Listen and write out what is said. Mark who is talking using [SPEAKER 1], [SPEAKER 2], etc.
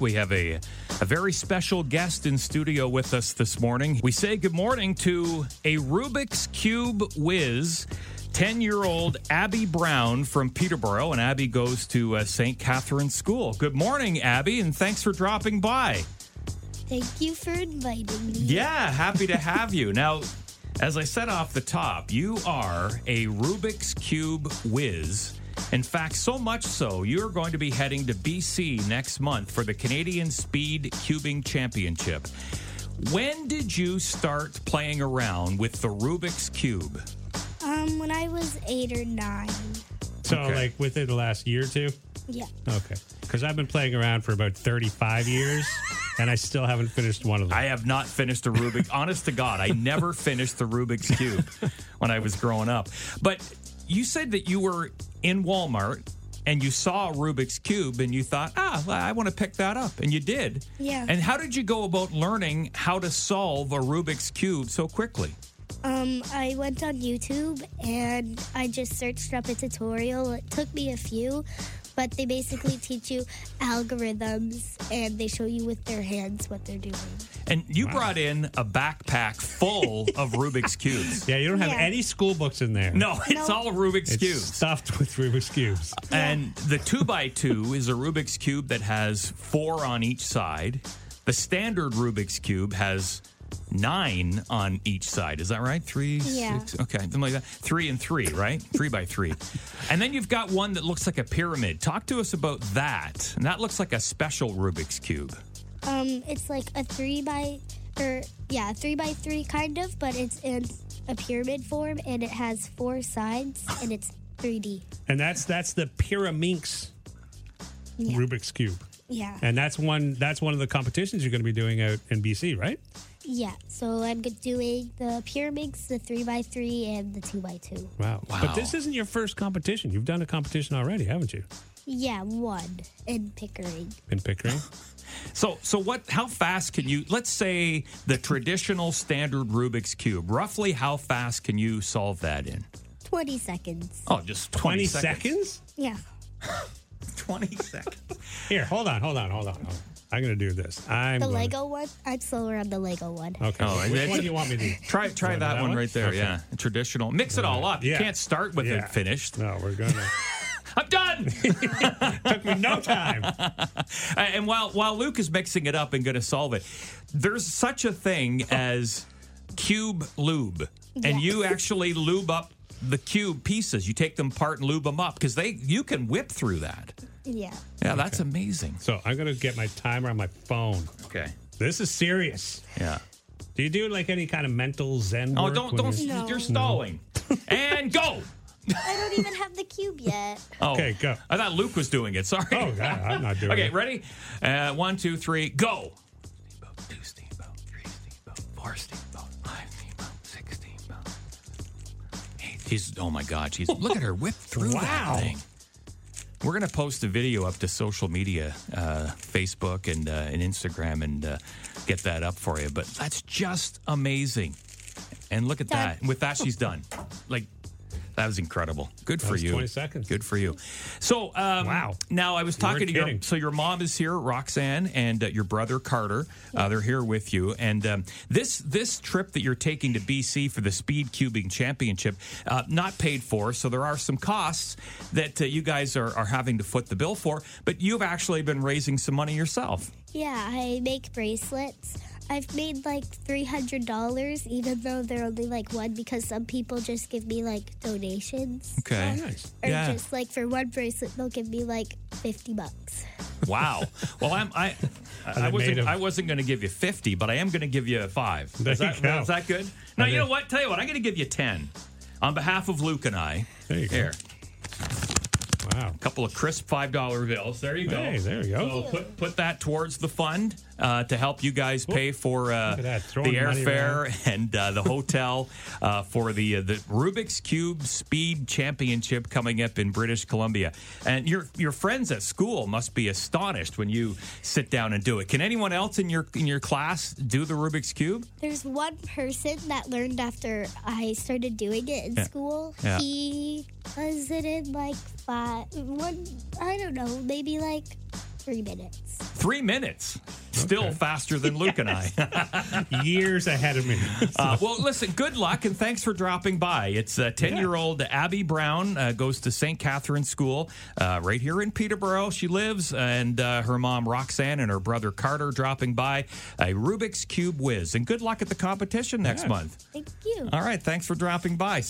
[SPEAKER 1] We have a, a very special guest in studio with us this morning. We say good morning to a Rubik's Cube whiz, 10 year old Abby Brown from Peterborough. And Abby goes to uh, St. Catherine's School. Good morning, Abby, and thanks for dropping by.
[SPEAKER 2] Thank you for inviting me.
[SPEAKER 1] Yeah, happy to have you. Now, as I said off the top, you are a Rubik's Cube whiz. In fact, so much so, you're going to be heading to BC next month for the Canadian Speed Cubing Championship. When did you start playing around with the Rubik's Cube?
[SPEAKER 2] Um, when I was eight or nine.
[SPEAKER 3] So,
[SPEAKER 1] Okay.
[SPEAKER 3] like within the last year or two?
[SPEAKER 2] Yeah.
[SPEAKER 3] Okay. Because I've been playing around for about 35 years and I still haven't finished one of them.
[SPEAKER 1] I have not finished a Rubik. Honest to God, I never finished the Rubik's Cube when I was growing up. But you said that you were in Walmart and you saw a Rubik's Cube and you thought, ah, well, I want to pick that up. And you did.
[SPEAKER 2] Yeah.
[SPEAKER 1] And how did you go about learning how to solve a Rubik's Cube so quickly?
[SPEAKER 2] Um, I went on YouTube and I just searched up a tutorial. It took me a few, but they basically teach you algorithms and they show you with their hands what they're doing.
[SPEAKER 1] And you brought in a backpack full of Rubik's Cubes.
[SPEAKER 3] yeah, you don't have
[SPEAKER 2] Yeah.
[SPEAKER 3] any school books in there.
[SPEAKER 1] No, it's
[SPEAKER 2] No.
[SPEAKER 1] all Rubik's
[SPEAKER 3] It's
[SPEAKER 1] Cubes.
[SPEAKER 3] stuffed with Rubik's Cubes.
[SPEAKER 1] And the two by two is a Rubik's Cube that has four on each side. The standard Rubik's Cube has nine on each side. Is that right? Three,
[SPEAKER 2] Yeah.
[SPEAKER 1] six, okay, something like that. Three and three, right? three by three. And then you've got one that looks like a pyramid. Talk to us about that. And that looks like a special Rubik's Cube.
[SPEAKER 2] Um, it's like a three by, or yeah, a three by three kind of, but it's in a pyramid form and it has four sides and it's 3D.
[SPEAKER 3] And that's that's the Pyraminx Rubik's Cube.
[SPEAKER 2] Yeah.
[SPEAKER 3] And that's one that's one of the competitions you're going to be doing out in BC, right?
[SPEAKER 2] Yeah, so I'm g- doing the pyramids, the 3x3, and the 2x2.
[SPEAKER 3] Wow.
[SPEAKER 1] Wow.
[SPEAKER 3] But this isn't your first competition. You've done a competition already, haven't you?
[SPEAKER 2] Yeah, one in Pickering.
[SPEAKER 3] In Pickering?
[SPEAKER 1] So, so what? How fast can you? Let's say the traditional standard Rubik's Cube. Roughly, how fast can you solve that in?
[SPEAKER 2] 20 seconds.
[SPEAKER 1] Oh, just 20,
[SPEAKER 3] 20 seconds?
[SPEAKER 2] Yeah.
[SPEAKER 1] 20 seconds.
[SPEAKER 3] Here, hold on, hold on, hold on. Hold on. I'm going to do this. I'm
[SPEAKER 2] The
[SPEAKER 3] gonna-
[SPEAKER 2] Lego one? I'm slower on the Lego one.
[SPEAKER 3] Okay.
[SPEAKER 1] Oh,
[SPEAKER 3] Which
[SPEAKER 1] that's-
[SPEAKER 3] one do you want me to do?
[SPEAKER 1] Try try that,
[SPEAKER 3] that
[SPEAKER 1] one
[SPEAKER 3] one?
[SPEAKER 1] right there.
[SPEAKER 3] Okay.
[SPEAKER 1] Yeah, traditional. Mix it all up. You
[SPEAKER 3] Yeah.
[SPEAKER 1] can't start with
[SPEAKER 3] Yeah.
[SPEAKER 1] it finished.
[SPEAKER 3] No, we're gonna.
[SPEAKER 1] I'm done.
[SPEAKER 3] Took me no time.
[SPEAKER 1] and while while Luke is mixing it up and going to solve it, there's such a thing as cube lube, and you actually lube up the cube pieces. You take them apart and lube them up because they you can whip through that.
[SPEAKER 2] Yeah.
[SPEAKER 1] Yeah, that's amazing.
[SPEAKER 3] So I'm gonna get my timer on my phone.
[SPEAKER 1] Okay.
[SPEAKER 3] This is serious.
[SPEAKER 1] Yeah.
[SPEAKER 3] Do you do like any kind of mental zen?
[SPEAKER 1] Oh,
[SPEAKER 3] work
[SPEAKER 1] don't
[SPEAKER 3] when
[SPEAKER 1] don't
[SPEAKER 3] you're-
[SPEAKER 2] No.
[SPEAKER 1] you're stalling. and go.
[SPEAKER 2] I don't even have the cube yet.
[SPEAKER 1] Oh,
[SPEAKER 3] Okay, go.
[SPEAKER 1] I thought Luke was doing it. Sorry.
[SPEAKER 3] Oh, God, I'm not doing
[SPEAKER 1] Okay,
[SPEAKER 3] it.
[SPEAKER 1] ready? Uh, one, two, three, go. Steamboat, two steamboat, three steamboat, four steamboat, five steamboat, six steamboat. Hey, he's oh my god, she's look at her whip through
[SPEAKER 3] Wow.
[SPEAKER 1] that thing. We're gonna post a video up to social media, uh, Facebook and uh, and Instagram, and uh, get that up for you. But that's just amazing. And look at
[SPEAKER 2] Done.
[SPEAKER 1] that. With that, she's done. Like that was incredible. Good for
[SPEAKER 3] was
[SPEAKER 1] you.
[SPEAKER 3] 20 seconds.
[SPEAKER 1] Good for you. So um,
[SPEAKER 3] Wow.
[SPEAKER 1] Now I was
[SPEAKER 3] weren't
[SPEAKER 1] talking to your
[SPEAKER 3] kidding.
[SPEAKER 1] so your mom is here, Roxanne, and uh, your brother Carter. Uh, they're here with you. And um, this this trip that you're taking to BC for the speed cubing championship, uh, not paid for, so there are some costs that uh, you guys are, are having to foot the bill for. But you've actually been raising some money yourself.
[SPEAKER 2] Yeah, I make bracelets. I've made like $300, even though they're only like one, because some people just give me like donations.
[SPEAKER 1] Okay.
[SPEAKER 3] Oh, nice.
[SPEAKER 2] Or
[SPEAKER 1] Yeah.
[SPEAKER 2] just like for one bracelet, they'll give me like 50 bucks.
[SPEAKER 1] Wow. Well, I'm, I, I
[SPEAKER 3] they made
[SPEAKER 1] wasn't,
[SPEAKER 3] 'em.
[SPEAKER 1] I wasn't going to give you 50, but I am going to give you a five.
[SPEAKER 3] There
[SPEAKER 1] Is that,
[SPEAKER 3] you go.
[SPEAKER 1] is that good? No,
[SPEAKER 3] I
[SPEAKER 1] you know
[SPEAKER 3] did.
[SPEAKER 1] what? Tell you what, I'm going to give you 10 on behalf of Luke and I.
[SPEAKER 3] There you go.
[SPEAKER 1] Here,
[SPEAKER 3] Wow.
[SPEAKER 1] a couple of crisp $5 bills. There you go.
[SPEAKER 3] Hey, there you
[SPEAKER 1] So
[SPEAKER 3] go.
[SPEAKER 1] put, put that towards the fund uh, to help you guys pay for uh,
[SPEAKER 3] at
[SPEAKER 1] the
[SPEAKER 3] that, throwing money
[SPEAKER 1] airfare and uh, the hotel uh, for the uh, the Rubik's Cube Speed Championship coming up in British Columbia. And your your friends at school must be astonished when you sit down and do it. Can anyone else in your in your class do the Rubik's Cube?
[SPEAKER 2] There's one person that learned after I started doing it in
[SPEAKER 1] Yeah.
[SPEAKER 2] school.
[SPEAKER 1] Yeah.
[SPEAKER 2] He was it in like five, one, I don't know, maybe like three minutes.
[SPEAKER 1] Three minutes. Still faster than Luke and I.
[SPEAKER 3] Years ahead of me.
[SPEAKER 1] Uh, well, listen, good luck and thanks for dropping by. It's 10 year old Abby Brown, uh, goes to St. Catherine's School uh, right here in Peterborough. She lives, and uh, her mom Roxanne and her brother Carter dropping by a Rubik's Cube whiz. And good luck at the competition next month.
[SPEAKER 2] Thank you.
[SPEAKER 1] All right, thanks for dropping by.